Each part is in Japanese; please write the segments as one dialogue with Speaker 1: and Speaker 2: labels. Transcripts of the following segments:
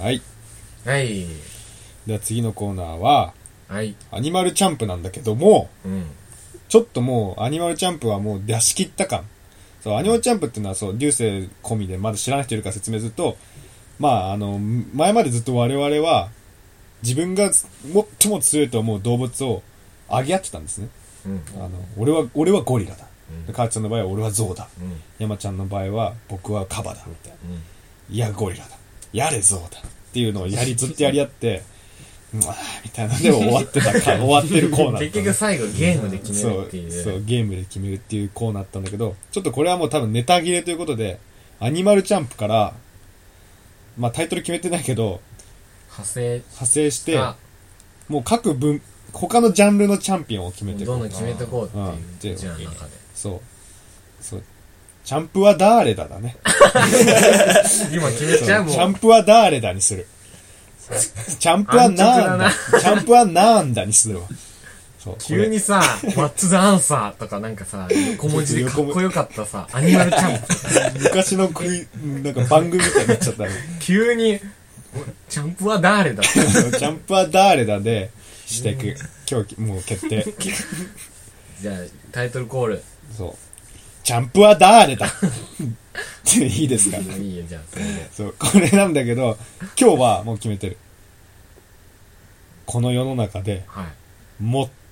Speaker 1: はい。
Speaker 2: はい
Speaker 1: では次のコーナーは、
Speaker 2: はい
Speaker 1: アニマルチャンプなんだけども、
Speaker 2: うん
Speaker 1: ちょっともう、アニマルチャンプはもう出し切った感。そう、アニマルチャンプっていうのは、そう、流星込みでまだ知らない人いるから説明すると、まあ、あの、前までずっと我々は、自分が最も強いと思う動物を上げ合ってたんですね。
Speaker 2: うん
Speaker 1: あの、俺は、俺はゴリラだ。
Speaker 2: うん
Speaker 1: で母ちゃんの場合は俺はゾウだ。
Speaker 2: うん
Speaker 1: 山ちゃんの場合は僕はカバだ。みたいな。
Speaker 2: うん
Speaker 1: いや、ゴリラだ。やれ、ゾウだ。っていうのをやり、ずっとやり合って、 うわーみたいなので終わって たか、終わってるコーナーだったのね。
Speaker 2: 結局最後ゲームで決めるっていう
Speaker 1: そうそうゲームで決めるっていうコーナーだったんだけどちょっとこれはもう多分ネタ切れということでアニマルチャンプからまあタイトル決めてないけど
Speaker 2: 派生
Speaker 1: 派生して
Speaker 2: あ
Speaker 1: もう各分他のジャンルのチャンピオンを決めていこ
Speaker 2: どんど
Speaker 1: うん
Speaker 2: 決めてこうってい
Speaker 1: うん
Speaker 2: うじゃあ中で
Speaker 1: そうそうチャンプは誰だだね
Speaker 2: 今決めちゃうも
Speaker 1: チャン
Speaker 2: う
Speaker 1: プは誰だにするチャンプはなんだ
Speaker 2: 安
Speaker 1: チャンプはなんだにするわそう
Speaker 2: 急にさ「ワッツ・ザ・アンサー」とかなんかさ小文字でかっこよかったさアニマルチャンプ
Speaker 1: これ昔のクイなんか番組みたいになっちゃ ったね
Speaker 2: 急に「チャンプは誰だ?」って
Speaker 1: ジャンプは誰だでしていく。今日、もう決定。
Speaker 2: じゃあタイトルコール
Speaker 1: そう。ジャンプは誰だいいですか
Speaker 2: いいよじゃあそれで
Speaker 1: そう、これなんだけど、今日はもう決めてる。この世の中で
Speaker 2: はい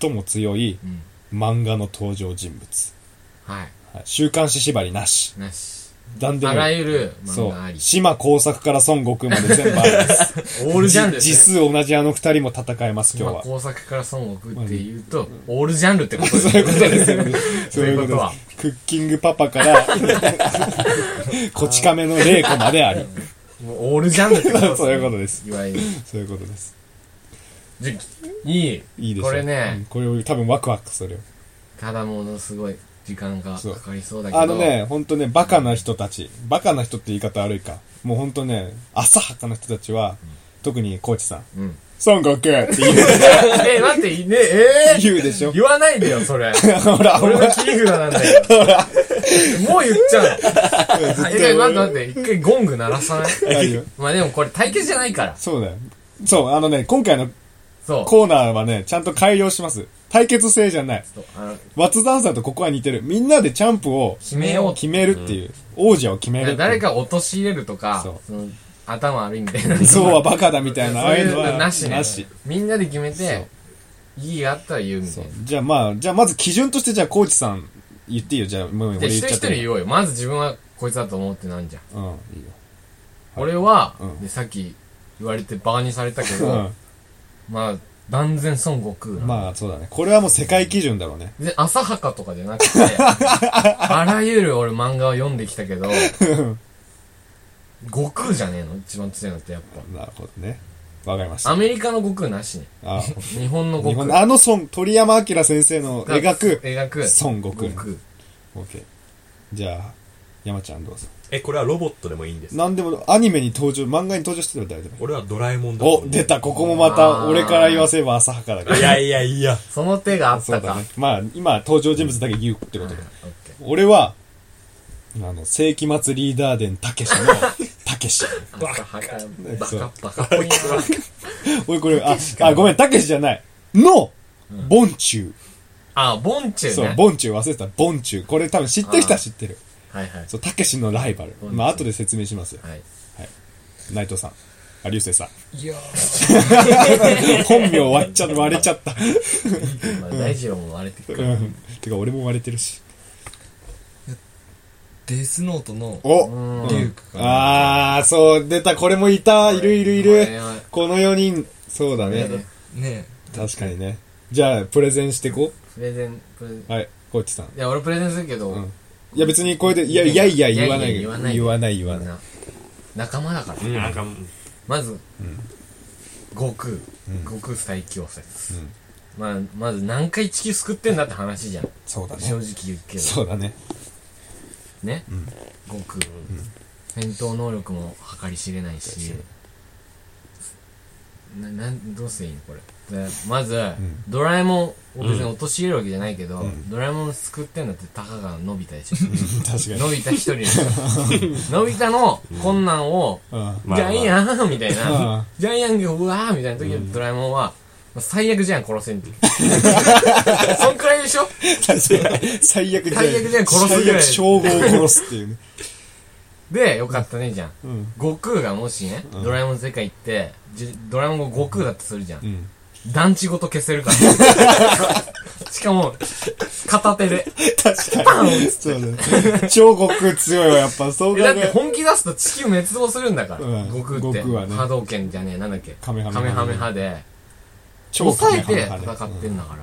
Speaker 1: 最も強い
Speaker 2: うん
Speaker 1: 漫画の登場人物。
Speaker 2: はい
Speaker 1: はい週刊誌縛りなし。
Speaker 2: なし
Speaker 1: なんでも
Speaker 2: あ
Speaker 1: いい
Speaker 2: らゆる漫
Speaker 1: そ
Speaker 2: 画あ
Speaker 1: う。
Speaker 2: り
Speaker 1: 島工作から孫悟空まで全部あるん です。
Speaker 2: オールジャンルです
Speaker 1: 実
Speaker 2: ね
Speaker 1: 数同じあの二人も戦えます、今
Speaker 2: 今
Speaker 1: 日は。
Speaker 2: 工作から孫悟空って言うと、オールジャンルってことです
Speaker 1: そういうことですよね。
Speaker 2: そういうことは
Speaker 1: ですクッキングパパから、 こち亀の玲子まであり。
Speaker 2: もうオールジャンルってことです、ね、
Speaker 1: そういうことです。
Speaker 2: いわゆる
Speaker 1: そういうことです。
Speaker 2: じゃいい
Speaker 1: いいです
Speaker 2: これね、
Speaker 1: これ多分ワクワクするよ。
Speaker 2: ただものすごい時間が
Speaker 1: そう
Speaker 2: かかりそうだけど
Speaker 1: あのね、ほんとね、バカな人たち。バカな人って言い方悪いか。もうほんとね、浅はかな人たちは、特にコーチさん。
Speaker 2: うん
Speaker 1: 孫悟空って言う
Speaker 2: え待っていねえー
Speaker 1: 言うでしょ。
Speaker 2: 言わないでよそれ
Speaker 1: ほら、ほ
Speaker 2: 俺
Speaker 1: ら、
Speaker 2: の切り札な んだよもう言っちゃうのええ待って待って一回ゴング鳴らさない
Speaker 1: あるよ
Speaker 2: まあでもこれ対決じゃないから
Speaker 1: そうだよ。そう、あのね、今回の
Speaker 2: そう
Speaker 1: コーナーはね、ちゃんと改良します。対決制じゃない。
Speaker 2: そうあの
Speaker 1: ワッツダンサーとここは似てる。みんなでチャンプを
Speaker 2: 決めよう
Speaker 1: 決めるっていう。王者を決めるっていう。
Speaker 2: 誰か落とし入れるとか
Speaker 1: そう
Speaker 2: その頭悪いみたいな
Speaker 1: そうはバカだみたいな、あ
Speaker 2: そう
Speaker 1: あ
Speaker 2: い
Speaker 1: いう
Speaker 2: う
Speaker 1: のは
Speaker 2: のなしね
Speaker 1: なし。
Speaker 2: みんなで決めて意義があったら言うみたいな
Speaker 1: じゃあまあ、じゃあまず基準としてじゃあコーチさん言っていいよ。じゃあもう
Speaker 2: じゃ
Speaker 1: 俺
Speaker 2: あ
Speaker 1: 言
Speaker 2: 一
Speaker 1: っ
Speaker 2: 人
Speaker 1: ちゃ
Speaker 2: 一
Speaker 1: って
Speaker 2: 人
Speaker 1: る。
Speaker 2: 言おうよまず自分はこいつだと思うってなんじゃん
Speaker 1: うん、いいよ。
Speaker 2: 俺は
Speaker 1: うん
Speaker 2: でさっき言われてバカにされたけ
Speaker 1: う
Speaker 2: ど
Speaker 1: ん。
Speaker 2: まあ断然孫悟空な
Speaker 1: まあそうだね。これはもう世界基準だろうね。
Speaker 2: で浅はかとかじゃ なくてあらゆる俺漫画を読んできたけど悟空じゃねえの一番強いのってやっ
Speaker 1: なるほどね。わかりまし
Speaker 2: ぱア
Speaker 1: た。
Speaker 2: メリカの悟空なしね
Speaker 1: あ
Speaker 2: 日本の
Speaker 1: 日
Speaker 2: 悟
Speaker 1: 本
Speaker 2: 空
Speaker 1: のあの孫、鳥山明先生の描く
Speaker 2: 描く
Speaker 1: 孫悟空。
Speaker 2: 悟空
Speaker 1: OK。じゃあ、山ちゃんどうぞ。
Speaker 3: え、これはロボットでもいいんです。
Speaker 1: なんでもアニメに登場、漫画に登場してれば大丈夫。
Speaker 3: 俺はドラえもんだと思
Speaker 1: お、
Speaker 3: う
Speaker 1: 出た、ここもまた、俺から言わせれば浅はかだから。
Speaker 3: いやいやいや。
Speaker 2: その手があっ
Speaker 1: そう
Speaker 2: た
Speaker 1: だ
Speaker 2: か
Speaker 1: ね。まあ、今、登場人物だけ言うってこ
Speaker 2: うん
Speaker 1: とで。
Speaker 2: オッケー
Speaker 1: 俺は、あの、世紀末リーダー伝たけしの、たけし。
Speaker 2: バカ、バカ、バ
Speaker 1: そう
Speaker 2: カ、バカっぽいな。
Speaker 1: おい、これ、あ、あ、ごめん、たけしじゃない。の、ボンチュウ。
Speaker 2: あ、ボンチュ
Speaker 1: そ
Speaker 2: ー
Speaker 1: う、
Speaker 2: ね。
Speaker 1: ボンチュウ忘れてた、ボンチュウ。これ多分知ってる人は知ってる。
Speaker 2: はいはい。
Speaker 1: そう、たけしのライバル。
Speaker 2: ボンチュウ
Speaker 1: まあ、後で説明しますよ。
Speaker 2: はい。
Speaker 1: 内藤さん。あ、流星さん。
Speaker 2: いや
Speaker 1: 本名割っちゃ、割れちゃった。
Speaker 2: まあ、大二郎も割れてく
Speaker 1: う
Speaker 2: る。
Speaker 1: ん。てか、俺も割れてるし。
Speaker 4: デスノートの
Speaker 1: お
Speaker 2: うん
Speaker 4: デュークかな、
Speaker 1: あー、そう、出た、これもいた、いるいるい
Speaker 2: こ
Speaker 1: る
Speaker 2: れは。
Speaker 1: この4人、そうだね。
Speaker 2: ね
Speaker 4: ね
Speaker 1: 確かにね。じゃあ、プレゼンしてこ。
Speaker 2: プレゼン、プレゼン。いう
Speaker 1: はい、コーチさん。
Speaker 2: や、俺プレゼンするけど、
Speaker 1: うんいや、別にこれで、いやいやいや言わない。
Speaker 2: いやいや言わない
Speaker 1: 言わない、言わない。
Speaker 2: な仲間だから。
Speaker 3: うん、なんか、うん
Speaker 2: まず、悟空。悟空最強説。まあ、まず何回地球救ってんだって話じゃん。
Speaker 1: そうだ
Speaker 2: 正
Speaker 1: ね。
Speaker 2: 直言うけど。
Speaker 1: そうだね。
Speaker 2: ね、悟空、戦闘能力も計り知れないし、ななんどうすりゃいいのこれでまず、ドラえもんを別に陥れるわけじゃないけど、ドラえもんを救ってんだってたかがのび太でしょ
Speaker 1: 確かに。
Speaker 2: のび太一人でしょのび太の困難を、
Speaker 1: う
Speaker 3: まあ
Speaker 2: ジ
Speaker 3: まあ
Speaker 2: ャイアンみたい
Speaker 1: うん
Speaker 2: な、ジャイアンがうわーみたいな時のドラえもんは、まあ最悪ジャイアン殺せんっていう。そんくらいでしょ
Speaker 1: ん。最悪じゃん。
Speaker 2: 最悪じゃん殺すぐ
Speaker 1: 最
Speaker 2: ら
Speaker 1: 悪
Speaker 2: い
Speaker 1: 称号を殺すっていうね。
Speaker 2: で、よかったね、じゃん。
Speaker 1: うん。
Speaker 2: 悟空がもしね、ドラえもんの世界行って、じドラえもんが悟空だってするじゃ。
Speaker 1: うんん。
Speaker 2: 団地ごと消せるから。 しかも、片手で。
Speaker 1: 確かに。そうだね。超悟空強いわ、やっぱ。そう考
Speaker 2: え
Speaker 1: え
Speaker 2: だ
Speaker 1: る
Speaker 2: って本気出すと地球滅亡するんだから。
Speaker 1: うん
Speaker 2: 悟空って。
Speaker 1: 悟空はね
Speaker 2: 波動拳じゃねえ、なんだっけ。
Speaker 1: カメハメハ
Speaker 2: カメハメ派で。
Speaker 1: 超
Speaker 2: 抑え
Speaker 1: カメ
Speaker 2: て
Speaker 1: ハメ
Speaker 2: 戦
Speaker 1: 派
Speaker 2: っ
Speaker 1: で
Speaker 2: てんだから。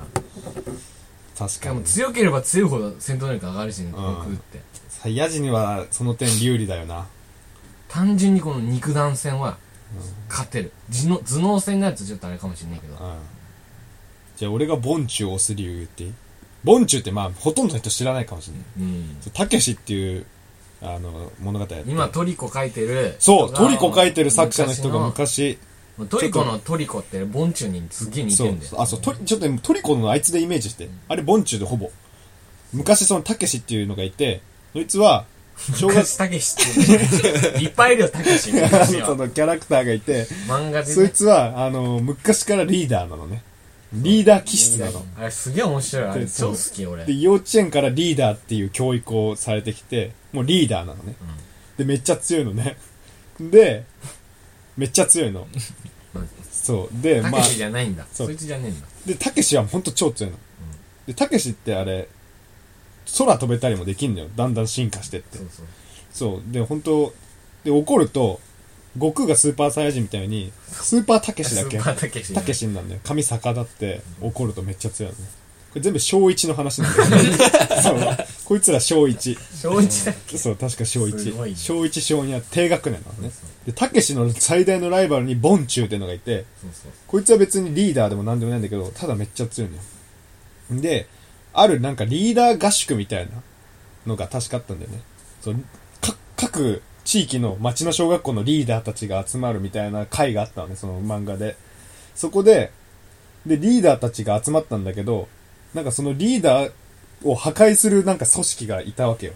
Speaker 1: 確
Speaker 2: しか
Speaker 1: か
Speaker 2: も
Speaker 1: に。
Speaker 2: 強ければ強いほど戦闘力上がるしね、悟空って。
Speaker 1: サイヤ人にはその点有利だよな。
Speaker 2: 単純にこの肉弾戦は勝てる頭脳頭脳戦になるとちょっとあれかもしれないけど
Speaker 1: うん。じゃあ俺がボンチュを押す理由言っていいボンチュってまあ、ほとんどの人知らないかもしれない。
Speaker 2: うん
Speaker 1: そうたけしっていう、あの、物語やって
Speaker 2: 今トリコ書いてる
Speaker 1: そう、トリコ書いてる作者の人が昔、
Speaker 2: 昔のトリコのトリコってボンチュにすげえ似
Speaker 1: そ
Speaker 2: て
Speaker 1: うん
Speaker 2: だよ、
Speaker 1: あ、そう、トリちょっとトリコのあいつでイメージして。あれ、ボンチュでほぼ。昔、その、たけしっていうのがいて、そいつ は、正月、
Speaker 2: 昔たけしってねいっぱいいるよたけし 昔
Speaker 1: そ
Speaker 2: は
Speaker 1: のキャラクターがいて、
Speaker 2: 漫画で
Speaker 1: そい
Speaker 2: ね
Speaker 1: つは、あの、昔からリーダーなのね。リーダー気質なの。
Speaker 2: あれすげえ面白いあれ
Speaker 1: でそ
Speaker 2: 超
Speaker 1: う
Speaker 2: 好き俺
Speaker 1: で、幼稚園からリーダーっていう教育をされてきて、もうリーダーなのね。で、めっちゃ強いのね。で、めっちゃ強いの。そう。で、
Speaker 2: た
Speaker 1: ま
Speaker 2: け
Speaker 1: あ、
Speaker 2: しじゃないんだ
Speaker 1: そう
Speaker 2: そいつじゃねえんだ
Speaker 1: で、たけしはほんと超強いの。で、たけしってあれ、空飛べたりもできんのよ。だんだん進化してって
Speaker 2: そ。うそう
Speaker 1: そう。で、本当で、怒ると、悟空がスーパーサイヤ人みたいに、スーパーたけしだっけ
Speaker 2: スーパーたけし
Speaker 1: たけしになるんだよ。髪逆立って、怒るとめっちゃ強いのね。これ全部小一の話なん だよね。そう。こいつら小一。
Speaker 2: 小一だっけ
Speaker 1: そう、確か小
Speaker 2: すごい
Speaker 1: 1。
Speaker 2: ね
Speaker 1: 小1、小2は低学年なのね。で、たけしの最大のライバルにボンチューっていうのがいて、
Speaker 2: そうそう
Speaker 1: こいつは別にリーダーでも何でもないんだけど、ただめっちゃ強いのよ。で、あるなんかリーダー合宿みたいなのが確かあったんだよね。そう、か各地域の町の小学校のリーダーたちが集まるみたいな会があったのね、その漫画で。そこで、で、リーダーたちが集まったんだけど、なんかそのリーダーを破壊するなんか組織がいたわけよ。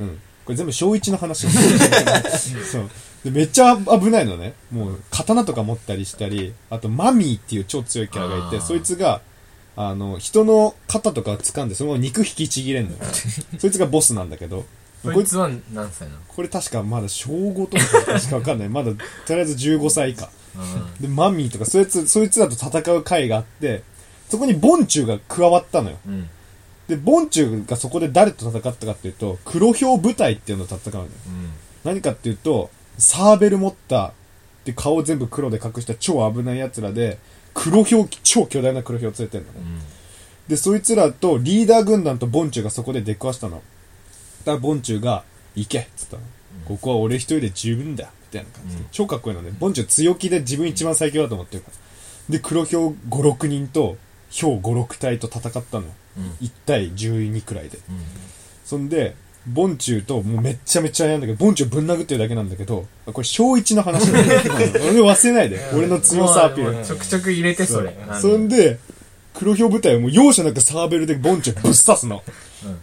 Speaker 1: うん。これ全部小一の話。そう。で、めっちゃ危ないのね。もう、刀とか持ったりしたり、あと、マミーっていう超強いキャラがいて、
Speaker 2: あー
Speaker 1: そいつが、あの、人の肩とか掴んで、そのまま肉引きちぎれんのよ。そいつがボスなんだけど。
Speaker 2: そいつは何歳なの
Speaker 1: これ確かまだ小5とか確かわかんない。まだ、とりあえず15歳以下。
Speaker 2: あ
Speaker 1: で、マミーとか、そいつ、そいつらと戦う会があって、そこにボンチュが加わったのよ。
Speaker 2: ーうん
Speaker 1: で、ボンチュがそこで誰と戦ったかっていうと、黒豹部隊っていうのと戦うのよ。
Speaker 2: うん
Speaker 1: 何かっていうと、サーベル持った、で、顔を全部黒で隠した超危ない奴らで、黒豹、超巨大な黒豹を連れてんのね。
Speaker 2: うん
Speaker 1: で、そいつらとリーダー軍団とボンチュがそこで出くわしたの。だからボンチュが、行けっつったの。ここは俺一人で十分だみたいな感じで。超かっこいいのね。ボンチュ強気で自分一番最強だと思ってるから。で、黒豹5、6人と、豹5、6体と戦ったの。
Speaker 2: うん
Speaker 1: 1対12くらいで。
Speaker 2: うん
Speaker 1: そんで、ボンチューと、もうめっちゃめちゃやんだけど、ボンチューぶん殴ってるだけなんだけど、あこれ小一の話なんだよ 俺忘れないで。俺の強さアピ
Speaker 2: も
Speaker 1: ー
Speaker 2: う
Speaker 1: ル。
Speaker 2: ちょくちょく入れてそれあの
Speaker 1: そんで、黒豹部隊はもう容赦なくサーベルでボンチューぶっ刺すの。だか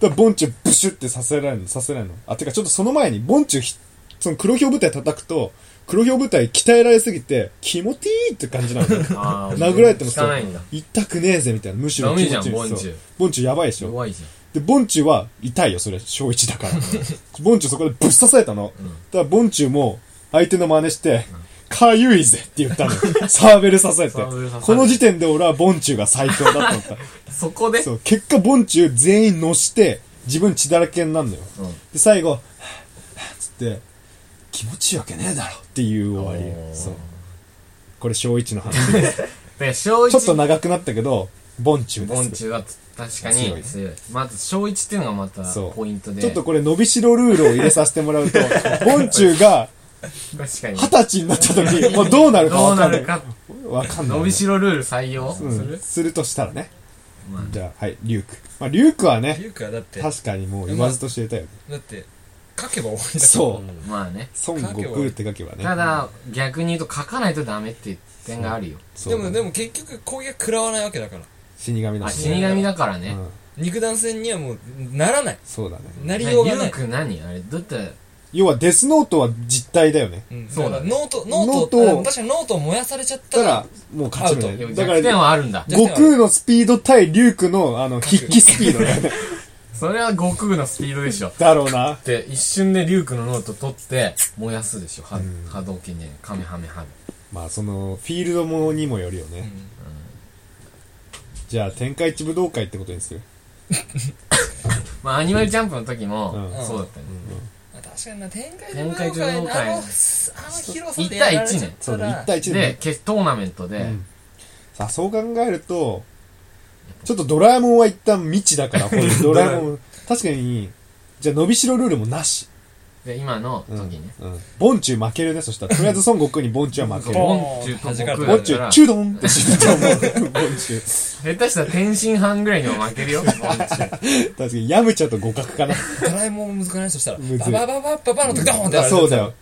Speaker 1: らボンチューブシュってさせられるの、させられるの。あ、てかちょっとその前に、ボンチューひ、その黒豹部隊叩くと、黒豹部隊鍛えられすぎて、気持ちいいって感じなのね。
Speaker 2: あー
Speaker 1: 殴られてもそう
Speaker 2: 効かないんだ
Speaker 1: 痛くねえぜみたいな。むしろ気持ちいい
Speaker 2: ダメじゃんボンチュー
Speaker 1: そうボンチューやばいでしょ。
Speaker 2: 弱いじゃん
Speaker 1: で、ボンチュは痛いよ、それ、小一 だから。ボンチュそこでぶっ刺されたの。だから、ボンチュも相手の真似して、かゆいぜって言 ったの。サーベル刺されて。
Speaker 2: サーベル刺されて
Speaker 1: この時点で俺はボンチュが最強だと思 った。
Speaker 2: そこで
Speaker 1: そう、結果ボンチュ全員乗して、自分血だらけになるのよ。
Speaker 2: うん
Speaker 1: で、最後、はぁはぁつって、気持ちいいわけねえだろっていう終わ
Speaker 2: おー
Speaker 1: り。そう。これ小一の話。
Speaker 2: で小一
Speaker 1: ちょっと長くなったけど、ボンチュです。
Speaker 2: ボンチュは確
Speaker 1: 強
Speaker 2: か
Speaker 1: い
Speaker 2: に強いまず小一っていうのがまた
Speaker 1: そう
Speaker 2: ポイントで
Speaker 1: ちょっとこれ伸びしろルールを入れさせてもらう と、ボンチュが
Speaker 2: 確かに
Speaker 1: 二十歳になった時、 もうどうなるか
Speaker 2: ど
Speaker 1: わ
Speaker 2: う
Speaker 1: か
Speaker 2: なん
Speaker 1: ない。
Speaker 2: るか
Speaker 1: わかんない。
Speaker 2: 伸びしろルール採用す
Speaker 1: うん
Speaker 2: る
Speaker 1: するとしたらね。
Speaker 2: まあ
Speaker 1: じゃあ、はい、リューク。まあ、リュークはね、
Speaker 4: ゆうかだって、
Speaker 1: 確かにもう言わずと知れたよね。
Speaker 4: だって、書けば終わりだ
Speaker 1: そうう。
Speaker 2: まあね
Speaker 1: 孫悟空って書けばね。
Speaker 2: ただ逆に言うと書かないとダメっていう点があるよ
Speaker 1: そ
Speaker 4: そうでもでも結局攻撃は食らわないわけだから
Speaker 1: 死神だ
Speaker 2: あ
Speaker 1: し
Speaker 2: 死
Speaker 1: ね。
Speaker 2: 神だからね
Speaker 1: うん。
Speaker 4: 肉弾戦にはもうならない
Speaker 1: そうだね。
Speaker 4: なり
Speaker 2: な
Speaker 4: ようがな
Speaker 2: ゆう
Speaker 4: い、
Speaker 2: くん何あれだって
Speaker 1: 要はデスノートは実体だよね。
Speaker 4: うん、
Speaker 2: そうだね
Speaker 4: ノートノー
Speaker 1: ノー
Speaker 4: ト
Speaker 1: トを
Speaker 4: あでも確かにノートを燃やされちゃった
Speaker 1: た
Speaker 4: ら
Speaker 1: ら、もう勝ち目
Speaker 4: アウ
Speaker 1: だよ
Speaker 2: でも
Speaker 1: ね。だか
Speaker 2: 弱点
Speaker 1: ら、
Speaker 2: はあるんだ
Speaker 4: 弱点
Speaker 1: 悟
Speaker 4: は
Speaker 1: 空のスピード対リュウクの、あの、筆記スピードだよね。
Speaker 2: それは悟空のスピードでしょ
Speaker 1: だろうな。
Speaker 2: で一瞬でリュウクのノート取って燃やすでしょは波動拳じゃないカメハメハメ
Speaker 1: まあ、その、フィールドものにもよるよね。じゃあ、天下一武道会ってことにする。
Speaker 2: まあアニマルジャンプの時も
Speaker 4: うん
Speaker 2: そうだったよね
Speaker 4: まあ確かにな天界
Speaker 2: 天界
Speaker 4: 一
Speaker 2: 一
Speaker 4: 武
Speaker 2: 武
Speaker 4: 道
Speaker 2: 道
Speaker 4: 会
Speaker 2: 会
Speaker 4: あのあの広さでやられちゃっ
Speaker 1: そ
Speaker 4: た
Speaker 1: うだ、
Speaker 4: ら
Speaker 1: 1対1で
Speaker 2: で決トーナメントで、
Speaker 1: うんさあ、そう考えると、ちょっとドラえもんは一旦未知だ から、ほんとドラえもん。確かに、じゃあ伸びしろルールもなし。
Speaker 2: で今の
Speaker 1: うん。
Speaker 2: 時ね、
Speaker 1: うん。ボンチュー負けるね、そしたら。とりあえず孫悟空にボンチューは負ける。
Speaker 4: ボン
Speaker 2: ボンチュと悟空
Speaker 1: ボ
Speaker 2: だ
Speaker 1: ンチュ
Speaker 2: か
Speaker 1: ー、
Speaker 2: ら
Speaker 1: チュ
Speaker 2: 下
Speaker 1: ードンって死ぬと思う。 ボンチュー。
Speaker 2: 手したら天津飯ぐらいにも 負けるよボンチ
Speaker 1: 確
Speaker 2: ュ
Speaker 1: かに、ヤムチャと互角かな。
Speaker 4: ドラえもん難くないとしたら
Speaker 1: むずい
Speaker 4: ババババババの時ドーンって
Speaker 1: あ そうだよ。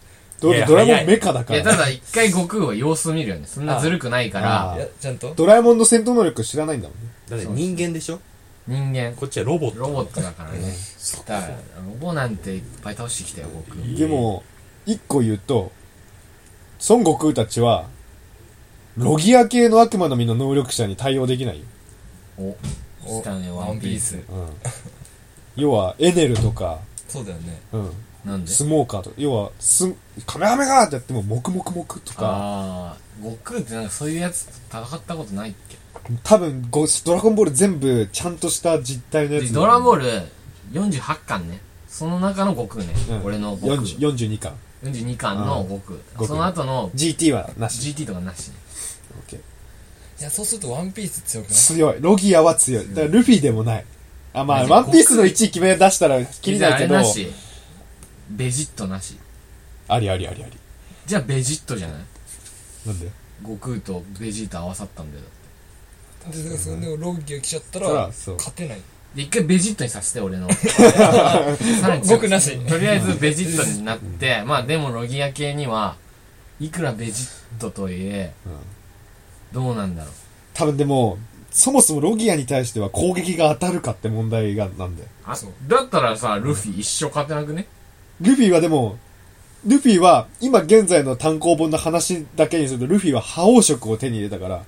Speaker 1: ド
Speaker 3: いや
Speaker 1: ドラえもんメカだか
Speaker 2: いやた
Speaker 1: ら。
Speaker 2: だ一回悟空は様子見るよねそんなずるくないか
Speaker 1: あ
Speaker 2: ら
Speaker 4: いやちゃんと
Speaker 1: ドラえもんの戦闘能力知らないんだもんね。
Speaker 3: だって人間でしょ
Speaker 2: 人間
Speaker 3: こっちはロボット。
Speaker 2: ロボットだからねだからロボなんていっぱい倒してきたよ悟空
Speaker 1: でも、一個言うと、孫悟空たちは、ロギア系の悪魔の実の能力者に対応できないよ。
Speaker 2: お
Speaker 4: お
Speaker 2: 来たねワンピース
Speaker 1: うん。要は、エネルとか、
Speaker 4: そうだよね
Speaker 1: うん。
Speaker 2: なんで
Speaker 1: スモーカーとか、要は、す、カメハメガーってやっても、モクモクモクとか、
Speaker 2: ああ悟空ってなんかそういうやつと戦ったことないっけ
Speaker 1: 多分ご、ドラゴンボール全部、ちゃんとした実体のや
Speaker 2: で
Speaker 1: つ。
Speaker 2: ドラゴンボール48巻ねその中の悟空ね、
Speaker 1: うん
Speaker 2: 俺の悟空
Speaker 1: 40 42巻。
Speaker 2: 42巻の悟空
Speaker 1: あー
Speaker 2: その後の
Speaker 1: GT はなし。
Speaker 2: GT とかなしね
Speaker 4: いやそうするとワンピース強くない
Speaker 1: 強い。ロギアは強い。だからルフィでもない。あ、まあ、
Speaker 2: マジで
Speaker 1: ワンピースの1位決め出したら、きり
Speaker 2: じゃあ
Speaker 1: な
Speaker 2: あ
Speaker 1: い
Speaker 2: れ
Speaker 1: けど、
Speaker 2: なしベジットなし
Speaker 1: ありありありあり。
Speaker 2: じゃあベジットじゃない
Speaker 1: なんだよ。
Speaker 2: 悟空とベジータ合わさったんだよ
Speaker 4: ででそれでロッギーが来ちゃった
Speaker 1: そ
Speaker 4: ら
Speaker 1: らそう
Speaker 4: 勝てない
Speaker 2: で一回ベジットにさせて俺 のさらに
Speaker 4: 僕なし
Speaker 2: とりあえずベジットになってまあでもロギア系にはいくらベジットとはいえ、
Speaker 1: うん
Speaker 2: どうなんだろう
Speaker 1: 多分でも、そもそもロギアに対しては攻撃が当たるかって問題がなんだよ。
Speaker 2: あ
Speaker 4: そう
Speaker 2: だったらさルフィ一生勝てなくね
Speaker 1: ルフィはでも、ルフィは、今現在の単行本の話だけにすると、ルフィは覇王色を手に入れたから、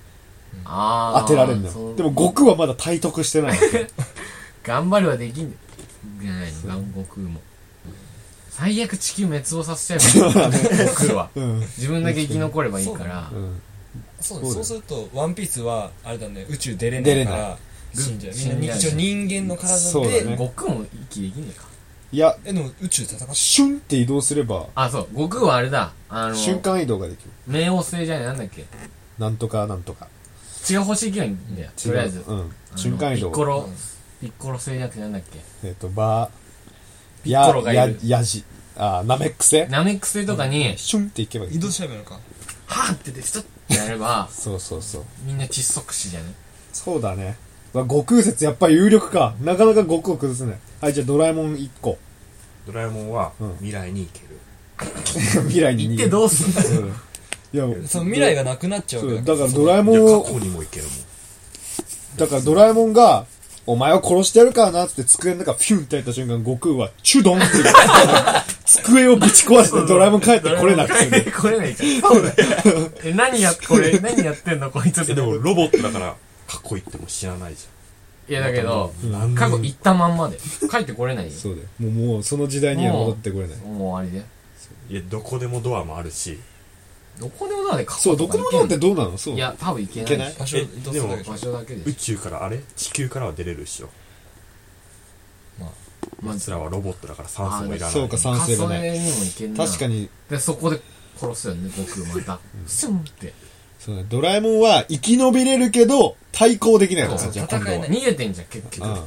Speaker 2: ああ
Speaker 1: 当てられんだ
Speaker 2: そ
Speaker 1: よ。
Speaker 2: う
Speaker 1: でも、悟空はまだ体得してない。
Speaker 2: 頑張ればできんじゃないの悟空も最悪地球滅亡させちゃ えばいいの悟空は
Speaker 1: うん。
Speaker 2: 自分だけ生き残ればいいから
Speaker 1: うん。
Speaker 4: そう
Speaker 1: そうだ
Speaker 4: そう
Speaker 1: よ
Speaker 4: するとワンピースはあれだね宇宙出れないか
Speaker 2: 出れ
Speaker 4: ら
Speaker 2: ない
Speaker 4: 死んじゃう
Speaker 2: ぐ
Speaker 4: みん
Speaker 2: 死んじ
Speaker 4: な肉
Speaker 2: ゃう
Speaker 4: 人人間の
Speaker 1: そう
Speaker 4: 体
Speaker 1: だ
Speaker 4: で
Speaker 1: ね
Speaker 2: 悟空も息できねえか
Speaker 1: いや、
Speaker 4: えでも宇宙戦って
Speaker 1: シュンって移動すれば、
Speaker 2: あそう悟空はあれだあの
Speaker 1: 瞬間移動ができる。
Speaker 2: 冥王星じゃねえなんだっけ
Speaker 1: なんとかなんとか。
Speaker 2: 違う星行けばいいんだよとりあえず
Speaker 1: うん。
Speaker 2: あの
Speaker 1: 瞬間移動。
Speaker 2: ピッコロピッコロ星じゃなくてなんだっけ
Speaker 1: えっ、と、バー、
Speaker 2: ッコ
Speaker 1: や
Speaker 2: ロ、がい
Speaker 1: や
Speaker 2: る、
Speaker 1: やじ、あー、なめっくせ、
Speaker 2: ナメック星とかに
Speaker 1: シュンっていけばいい
Speaker 4: 移。動しちゃえばいいのか
Speaker 2: ハーって出てきたってやれば
Speaker 1: そうそうそう。
Speaker 2: みんな窒息死じゃね
Speaker 1: そうだね。うわ悟空説やっぱり有力か。なかなか悟空を崩せない。はい、じゃあドラえもん1個。
Speaker 3: ドラえもんは
Speaker 1: うん
Speaker 3: 未来に行ける。
Speaker 1: 未来に
Speaker 2: 行
Speaker 1: 逃げ
Speaker 2: って
Speaker 1: る。
Speaker 2: どうすんだよ
Speaker 1: いや、
Speaker 4: その未来がなくなっちゃう
Speaker 1: そ
Speaker 4: わ
Speaker 1: う
Speaker 4: けだか
Speaker 1: だ
Speaker 4: ら
Speaker 1: からドラえも
Speaker 3: じゃ
Speaker 1: ん
Speaker 3: あ
Speaker 1: を
Speaker 3: 過、去にも行けるもん。
Speaker 1: だからドラえもんが、お前を殺してやるからなっつって机の中ピュンってやった瞬間、悟空はチュドンって言う机をぶち壊してドラえもん帰ってこれなくする。
Speaker 2: 来れないじゃんそうだよえ何やこれ何やってんのこいつって
Speaker 3: え、でもロボットだから、過去行っても知らないじ
Speaker 2: いやだけど
Speaker 3: なん
Speaker 2: 過去行ったまんまで帰ってこれないよ
Speaker 1: そうだよ。もう、もうその時代には戻ってこれない。
Speaker 2: もう終わりで
Speaker 3: ゃん。いや、どこでもドアもあるし。
Speaker 2: どこでもなんで過去
Speaker 1: そう、どこでもだって
Speaker 2: ど
Speaker 1: どうなのそう。
Speaker 2: いや多分行けない
Speaker 1: 行けない
Speaker 4: 場所移動するだけでしょ
Speaker 2: 場所だけで
Speaker 3: 宇
Speaker 2: し
Speaker 3: 宙からあれ地球からは出れるっしょ。
Speaker 2: ょま
Speaker 3: あいつらはロボットだから酸素もいらない。
Speaker 1: そうか、
Speaker 2: あ
Speaker 1: 賛
Speaker 2: カ
Speaker 1: 成
Speaker 2: ソ
Speaker 1: がない。
Speaker 2: レにも行けんな
Speaker 1: 確かに、
Speaker 2: でそこで殺すよね悟空またスンって
Speaker 1: そうだねドラえもんは生き延びれるけど、対抗できないの
Speaker 4: そ
Speaker 1: か、
Speaker 4: う
Speaker 1: じゃあ今度
Speaker 4: 戦えな
Speaker 1: は。
Speaker 2: 逃げてんじゃん結局
Speaker 1: う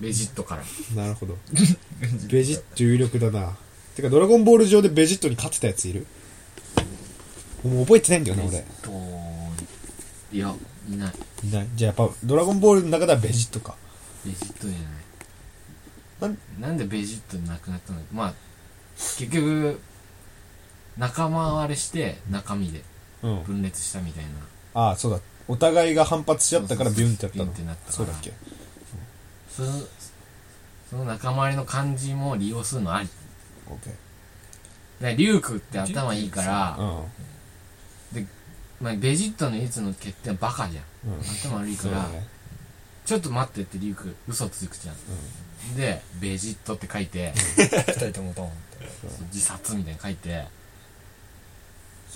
Speaker 2: ベジットから
Speaker 1: ん、なる ほど。ベジット有力だな。てか、ドラゴンボール上でベジットに勝ってたやついるもう覚えてないんだよね、俺。
Speaker 2: といやいない
Speaker 1: いない。じゃあやっぱ、ドラゴンボールの中ではベジットか。
Speaker 2: ベジットじゃないなんでベジットなくなったのかまあ結局仲間割れして中身で
Speaker 1: うん。
Speaker 2: 分裂したみたいな
Speaker 1: ああ、そうだ。お互いが反発し合ったからビュンってやった
Speaker 2: ビュン
Speaker 1: の
Speaker 2: って。なったか
Speaker 1: そ
Speaker 2: ら
Speaker 1: うだっけ
Speaker 2: そのその仲間割れの感じも利用するのあり
Speaker 1: オッケ
Speaker 2: ねリュウクって頭いいから
Speaker 1: ー。うん。
Speaker 2: まあ、ベジットのいつの欠点はバカじゃん
Speaker 1: うん。
Speaker 2: 頭悪いか
Speaker 1: そう
Speaker 2: ら
Speaker 1: だ、ね。
Speaker 2: ちょっと待ってってリュウク嘘つくじゃん、でベジットって書いて
Speaker 4: 二人ともドンって
Speaker 2: 自殺みたいに書いて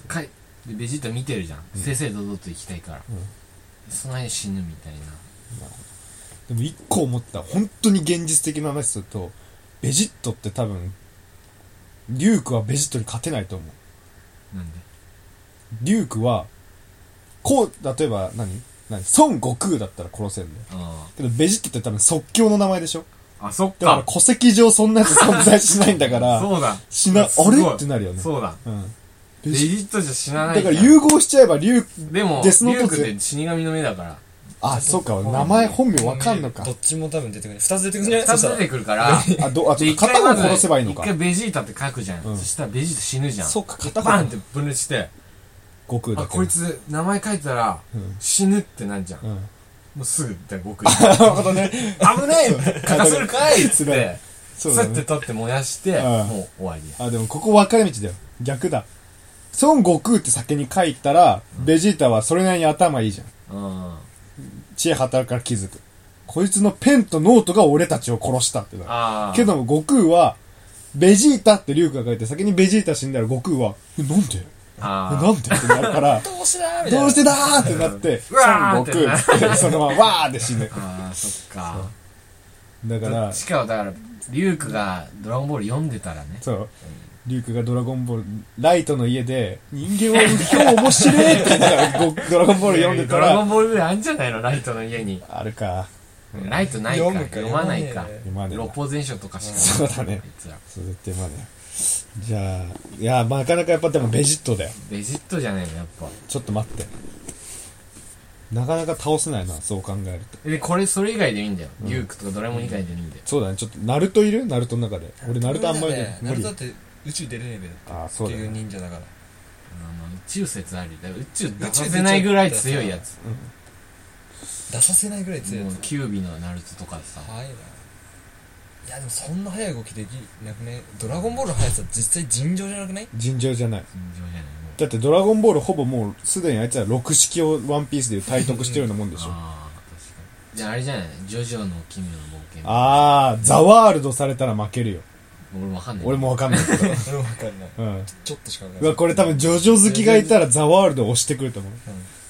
Speaker 2: かいでベジータ見てるじゃん、
Speaker 1: うん
Speaker 2: 正々堂々と行きたいから、
Speaker 1: うん
Speaker 2: その間に死ぬみたいな
Speaker 1: でも一個思った、本当に現実的な話すると、ベジットって多分、リュークはベジットに勝てないと思う。
Speaker 2: なんで
Speaker 1: リュークは、こう、例えば何何孫悟空だったら殺せるんだよ。
Speaker 2: あ
Speaker 1: けどベジットって多分即興の名前でしょ
Speaker 2: ああそっ
Speaker 1: だから
Speaker 2: か
Speaker 1: 戸籍上そんなやつ存在しないんだから、
Speaker 2: そうだ
Speaker 1: しな、
Speaker 2: すご
Speaker 1: あ
Speaker 2: い
Speaker 1: れってなるよね。
Speaker 2: そうだ
Speaker 1: うん。
Speaker 2: ベジットじゃ死なない
Speaker 1: だ
Speaker 2: じ
Speaker 1: か
Speaker 2: ゃ
Speaker 1: ら
Speaker 2: ん
Speaker 1: 融合しちゃえばリュウ
Speaker 2: でもリ
Speaker 1: デスノー
Speaker 2: ュ
Speaker 1: ト
Speaker 2: ウ
Speaker 1: って
Speaker 2: クって死神の目だから
Speaker 1: あ、そうか、名前本名わかんのか
Speaker 4: ど。っちも多分出てくる二つ出てくるんじゃない
Speaker 2: 2つ出
Speaker 4: そ
Speaker 2: てくる から
Speaker 1: あ、ど、あ、
Speaker 2: で
Speaker 1: 片方殺せばいいの
Speaker 2: 一
Speaker 1: か
Speaker 2: 回。ベジータって書くじゃん、
Speaker 1: うん
Speaker 2: そしたらベジータ死ぬじゃん
Speaker 1: そうか、片方
Speaker 2: バンって分裂して
Speaker 1: 悟空だ
Speaker 2: あ
Speaker 1: けど
Speaker 2: こいつ 名前書いたら
Speaker 1: うん。
Speaker 2: 死ぬってなんじゃん、
Speaker 1: うん。
Speaker 2: もうすぐだ僕 危
Speaker 1: なるほどね。
Speaker 2: ない 書かせるかいっつっ
Speaker 1: 辛
Speaker 2: て
Speaker 1: いそう
Speaker 2: さ
Speaker 1: だ
Speaker 2: って
Speaker 1: ね。
Speaker 2: 取って燃やして、
Speaker 1: ん
Speaker 2: もう終わりや。
Speaker 1: あ、でもここ分かれ道だよ。逆だ。孫悟空って先に書いたら、ベジータはそれなりに頭いいじゃん。
Speaker 2: うん。
Speaker 1: 知恵働くから気づく。こいつのペンとノートが俺たちを殺したってなる
Speaker 2: ああ。
Speaker 1: け、ども悟空は、ベジータってリュウクが書いて、先にベジータ死んだら悟空は、え、なんでえ、
Speaker 2: あ
Speaker 1: な
Speaker 2: あ。
Speaker 1: んでってなる から、
Speaker 4: うしだーみたいな
Speaker 1: どうしてだーってなって、
Speaker 2: うわーって
Speaker 1: 孫悟空っ つって、そのままわーって死ぬ。
Speaker 2: ああ、そっか。
Speaker 1: だか
Speaker 2: どっ
Speaker 1: ら、
Speaker 2: ちかはだから、リュウクがドラゴンボール読んでたらね。
Speaker 1: そう。リュウクがドラゴンボール、ライトの家で、人間は今日面白いって言いながら、ごドラゴンボール読んでた
Speaker 2: ドラゴ
Speaker 1: ら、
Speaker 2: ンボールぐらいあんじゃないのライトの家に。
Speaker 1: あるか。
Speaker 2: ライトないか
Speaker 4: 読
Speaker 2: ら、
Speaker 4: むか
Speaker 2: 読まないか。
Speaker 1: 読まねえな
Speaker 2: 六法全書とかしか
Speaker 1: そうだね
Speaker 2: あいつら。
Speaker 1: それってまで。じゃあ、いや、なかなかやっぱでもベジットだよ。
Speaker 2: ベジットじゃないの、やっぱ。
Speaker 1: ちょっと待って。なかなか倒せないな、そう考えると。
Speaker 2: で、これ、それ以外でいいんだよ。リュウクとかドラえもん以外でいいんだよ。
Speaker 1: そうだね、ちょっと、ナルトいるナルトの中で。俺、ナルトあんまり
Speaker 4: ねナ
Speaker 1: 無
Speaker 4: ル
Speaker 1: 理
Speaker 4: トだ。って宇宙出れねえべだ
Speaker 1: ああ、
Speaker 4: っ
Speaker 1: そう
Speaker 4: て
Speaker 1: だ
Speaker 4: いう
Speaker 1: ね。
Speaker 4: 忍者だから
Speaker 2: あまあ宇宙説あり。だから宇宙出させないぐらい強いやつ。
Speaker 4: 出させないぐらい強い
Speaker 2: も
Speaker 4: や
Speaker 2: う
Speaker 4: つ
Speaker 2: キュービのナルトとかさ。
Speaker 4: 早いないやでもそんな速い動きできなくねドラゴンボールの速さ実際尋常じゃなくない
Speaker 1: 尋常じゃない。
Speaker 2: 尋常じゃないもう。
Speaker 1: だって、ドラゴンボールほぼもう、すでにあいつら6式をワンピースで体得してるようなもんでしょ。
Speaker 2: ああ確かにじゃああれじゃないジョジョの奇妙な冒険
Speaker 1: ああ、ザワールドされたら負けるよ。
Speaker 2: 俺わかんない
Speaker 1: 俺も わかんないけど。
Speaker 4: それわかんない
Speaker 1: うん。
Speaker 4: ちょっとしかわかん
Speaker 1: う
Speaker 4: ない
Speaker 1: わ、これ多分、ジョジョ好きがいたらザワールドを押してくると思う。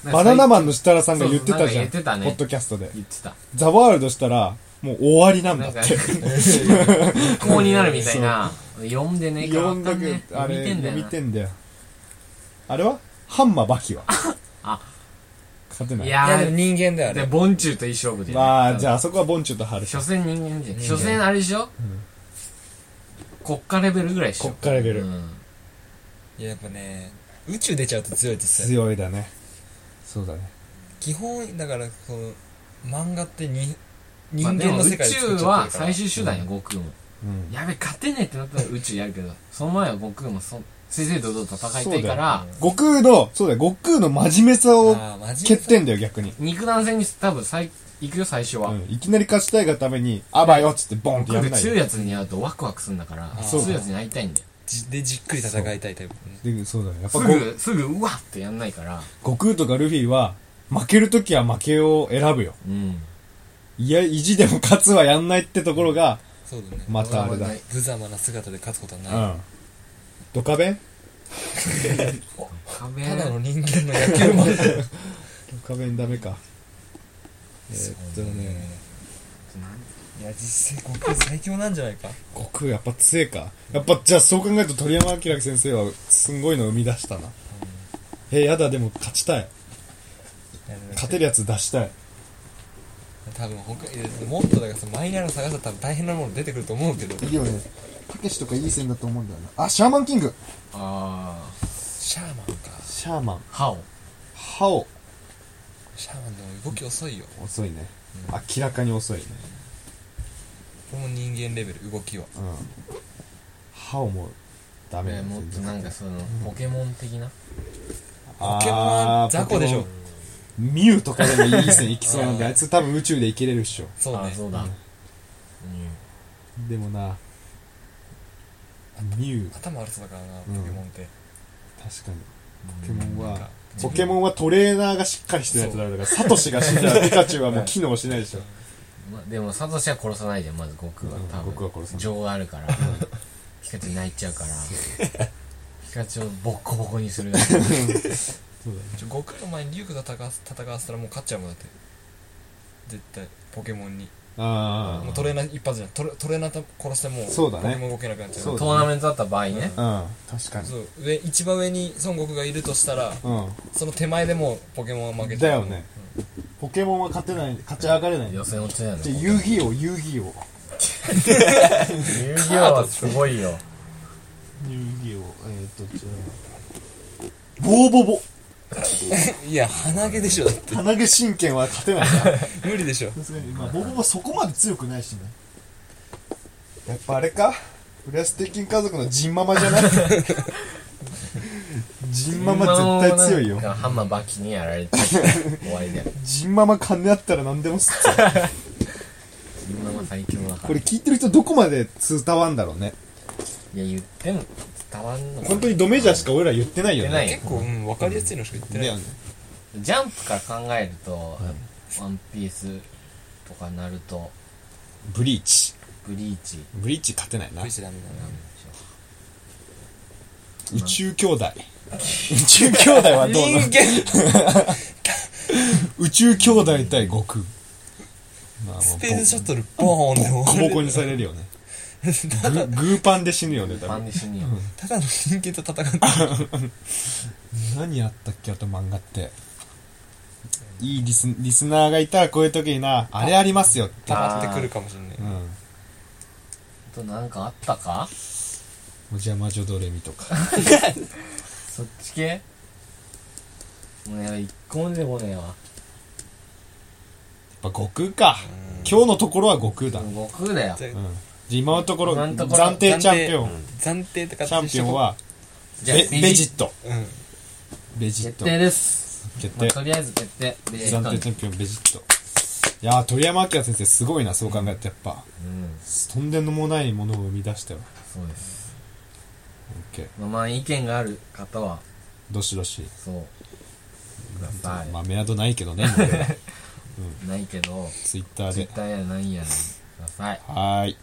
Speaker 2: なんか
Speaker 1: バ
Speaker 2: 最
Speaker 1: ナナマンの設楽さんが言ってたじゃん。
Speaker 2: そうそうなん
Speaker 1: ポ
Speaker 2: か
Speaker 1: ッ
Speaker 2: 言ってたね
Speaker 1: ドキャストで。
Speaker 2: 言ってた
Speaker 1: ザワールドしたら、もう終わりなんだ
Speaker 2: なん
Speaker 1: っ
Speaker 2: か
Speaker 1: て。
Speaker 2: 不幸になるみたい な読んでねえか
Speaker 1: 読
Speaker 2: わ
Speaker 1: ん
Speaker 2: か
Speaker 1: だ
Speaker 2: ん
Speaker 1: け
Speaker 2: ねえ
Speaker 1: ど、あ
Speaker 2: 見
Speaker 1: れ、
Speaker 2: てん
Speaker 1: 読
Speaker 2: だよ
Speaker 1: み
Speaker 2: な
Speaker 1: てんだよ。あれはハンマーバキは。
Speaker 2: あ
Speaker 1: 勝てないい。
Speaker 4: いや
Speaker 2: や
Speaker 4: でも
Speaker 2: ー
Speaker 4: 人間だよあ
Speaker 2: で
Speaker 4: れ
Speaker 2: ボンチューといい勝負で
Speaker 1: まあ、じ
Speaker 2: ゃ
Speaker 1: ゃあ、あそこはボンチュとハル
Speaker 2: 所詮人間じゃん所詮あれでしょ
Speaker 1: ん
Speaker 2: 国家レベルぐらいでしょ
Speaker 1: 国家レベル
Speaker 2: うん
Speaker 4: いややっぱね宇宙出ちゃうと強いって言ってたよ
Speaker 1: 強いだね。そうだね。
Speaker 4: 基本だからこの漫画ってに人
Speaker 2: まあで
Speaker 4: 間
Speaker 2: も
Speaker 4: の
Speaker 2: 宇
Speaker 4: 世界で作
Speaker 2: 宙
Speaker 4: っちゃっ
Speaker 2: は
Speaker 4: てるから
Speaker 2: 最終手段よ悟空も
Speaker 1: うん。
Speaker 2: やべ勝てねえってなったら宇宙やるけどその前は悟空もそ正々堂々と戦いたいか
Speaker 1: そうだ
Speaker 2: ら
Speaker 1: 悟空の、そうだよ、悟空の真面目さを
Speaker 4: あー真面目
Speaker 1: 欠
Speaker 4: さ
Speaker 1: 点だよ、逆に。
Speaker 2: 肉弾戦に多分最行くよ最初は、
Speaker 1: うん、いきなり勝ちたいがために、あばよっつってボンってや
Speaker 2: 僕
Speaker 1: ん
Speaker 2: で
Speaker 1: ない
Speaker 2: 強
Speaker 1: よ
Speaker 2: い。やつに会うとワクワクするんだから
Speaker 4: あ
Speaker 1: そう
Speaker 2: 強いやつに会いたいんだよ
Speaker 4: じでじっくり戦いたいタイプね
Speaker 1: でそうだね。やっ
Speaker 2: す
Speaker 1: ぱご
Speaker 2: ぐすぐうわってやんないから
Speaker 1: 悟空とかルフィは、負けるときは負けを選ぶよ。
Speaker 2: うん
Speaker 1: いや、意地でも勝つはやんないってところが、
Speaker 4: そうだね
Speaker 1: またあれだ。
Speaker 2: は
Speaker 1: う
Speaker 2: い
Speaker 1: ん。
Speaker 4: 無様な姿で勝つことはない、
Speaker 1: ドカベン
Speaker 2: 壁
Speaker 4: ただの人間の野球漫画
Speaker 1: ドカベンダメか。えーっとね、
Speaker 4: いや実際悟空最強なんじゃないか
Speaker 1: 悟空やっぱ強えか。やっぱ、じゃあそう考えると鳥山明先生は、すんごいの生み出したな。えー、やだ、でも勝ちたい。勝てるやつ出したい。
Speaker 4: 多分他いやもっとだからそのマイナーの探すと多分大変なもの出てくると思うけど
Speaker 1: でもね、たけしとかいい線だと思うんだよな。あ、シャーマンキング
Speaker 2: あ
Speaker 4: シャーマンか
Speaker 1: シャーマン。
Speaker 2: あ歯を
Speaker 1: 歯を。
Speaker 4: シャーマンでも動き遅いよ
Speaker 1: 遅いね。明らかに遅いね。
Speaker 4: この人間レベル動きは
Speaker 1: うん歯をもうダメ
Speaker 2: ねもっとなんかそのポケモン的な
Speaker 4: ポケモンは雑魚でしょ
Speaker 1: ミュウとかでもいい線いきそう なんであいつ多分宇宙で生きれるっしょ
Speaker 4: そう
Speaker 2: あ
Speaker 4: ね
Speaker 2: そうだうん
Speaker 1: でもなミュウ
Speaker 4: 頭悪そうだからなポ
Speaker 1: うん
Speaker 4: ケモンって
Speaker 1: 確かにポケモン
Speaker 4: なん
Speaker 1: は
Speaker 4: か
Speaker 1: ポケモンはトレーナーがしっかりしてないとダメだからサトシが死んだらピカチュウはもう機能しないでしょ
Speaker 2: までもサトシは殺さないでまず悟空は多
Speaker 1: うん
Speaker 2: 分
Speaker 1: 悟空は殺さない
Speaker 2: 情があ るからピカチュウ泣いちゃうからピカチュウをボッコボコにするだけ
Speaker 1: そうだね
Speaker 4: ちょ悟空の前にリュウクが戦わせ戦わせたらもう勝っちゃうもんだって絶対ポケモンに
Speaker 1: あ
Speaker 4: もうトレーナー一発じゃんトレトレーナーと殺してもう
Speaker 1: そうだね
Speaker 4: ポケモン動けなくなっちゃう
Speaker 1: そうだ
Speaker 2: トーナメントだった場合ね
Speaker 1: あうん確かに
Speaker 4: そう上一番上に孫悟空がいるとしたら
Speaker 1: う
Speaker 4: その手前でもうポケモンは負け
Speaker 1: ん
Speaker 4: ち
Speaker 1: だ
Speaker 4: ゃう
Speaker 1: よねポケモンは勝てない勝ち上がれない
Speaker 2: 予選落ちだよね
Speaker 1: じゃあ遊戯王遊戯王
Speaker 2: 遊戯王はすごいよ
Speaker 1: 遊戯王えっ、ー、とじゃあボーボボ
Speaker 4: いや鼻毛でしょだって
Speaker 1: 鼻毛神剣は勝てないな
Speaker 4: 無理でしょ
Speaker 1: さすがにまあボーボボそこまで強くないしねやっぱあれか浦安鉄筋家族のジンママ じゃないジンママ絶対強いよ
Speaker 2: 今のなんかハンマーバキにやら れて終わりだよ
Speaker 1: ジンママ金あったら何でもすっちゃう
Speaker 2: 今は最強だか
Speaker 1: こ
Speaker 2: ら
Speaker 1: れ聞いてる人どこまで伝わんだろうね
Speaker 2: いや言っても伝わんのかな
Speaker 1: 本当にドメジャーしか俺ら言ってないよね
Speaker 2: 言ってない
Speaker 4: 結構、うん、分かりやすいのしか言ってない
Speaker 1: だよね
Speaker 2: ジャンプから考えると、ワンピースとかナルト
Speaker 1: ブリーチ
Speaker 2: ブリーチ
Speaker 1: ブリーチ勝てないな
Speaker 4: 無理しちゃダメだな
Speaker 1: 宇宙兄弟 宇宙兄弟はどうなの
Speaker 4: 人
Speaker 1: 宇宙兄弟対悟空まあ、も
Speaker 4: 間ス
Speaker 1: う
Speaker 4: ペースシャトルボーンで
Speaker 1: ボコボコ
Speaker 4: に
Speaker 1: にされるよねグーグーパンで死ぬよね多
Speaker 2: パン
Speaker 1: 分
Speaker 2: で死ぬよ
Speaker 4: ただの人間と戦って
Speaker 1: 何あったっけあと漫画っていいリスリスナーがいたらこういう時になあれありますよって
Speaker 4: たまってくるかもしれない
Speaker 1: うんも
Speaker 2: あとなんかあったか
Speaker 1: うジャマジョドレミとか
Speaker 2: そっち系もうね一個も出てこねえわ
Speaker 1: やっぱ悟空か今日のところは悟空だ、うん、
Speaker 2: 悟空だよ
Speaker 4: じゃあ
Speaker 1: で今のところ
Speaker 2: 今のところ
Speaker 1: 暫定チャンピオン
Speaker 4: 暫定って
Speaker 1: チャ
Speaker 4: 形
Speaker 1: ン
Speaker 4: にし
Speaker 1: ピ
Speaker 4: と
Speaker 1: オン
Speaker 4: こ
Speaker 1: は
Speaker 2: じゃあ
Speaker 1: ベベジット
Speaker 4: ううん
Speaker 1: ベジッ
Speaker 2: 決
Speaker 1: ト
Speaker 2: 定です、
Speaker 1: 決
Speaker 2: ま
Speaker 1: 定
Speaker 2: あ、とりあえず決定ベジッ
Speaker 1: 暫
Speaker 2: ト
Speaker 1: 定
Speaker 2: に
Speaker 1: チャンピオンベジットいやー鳥山明先生すごいなそう考えてやっぱ
Speaker 2: うん
Speaker 1: とんでもないものを生み出したよ
Speaker 2: そうです、
Speaker 1: OK
Speaker 2: まあ、まあ意見がある方は
Speaker 1: どしどし
Speaker 2: そうください、
Speaker 1: まあメアドないけどねもう
Speaker 2: ないけど
Speaker 1: ツイッター
Speaker 2: ツイッ
Speaker 1: で
Speaker 2: ターやら何やらください
Speaker 1: はーい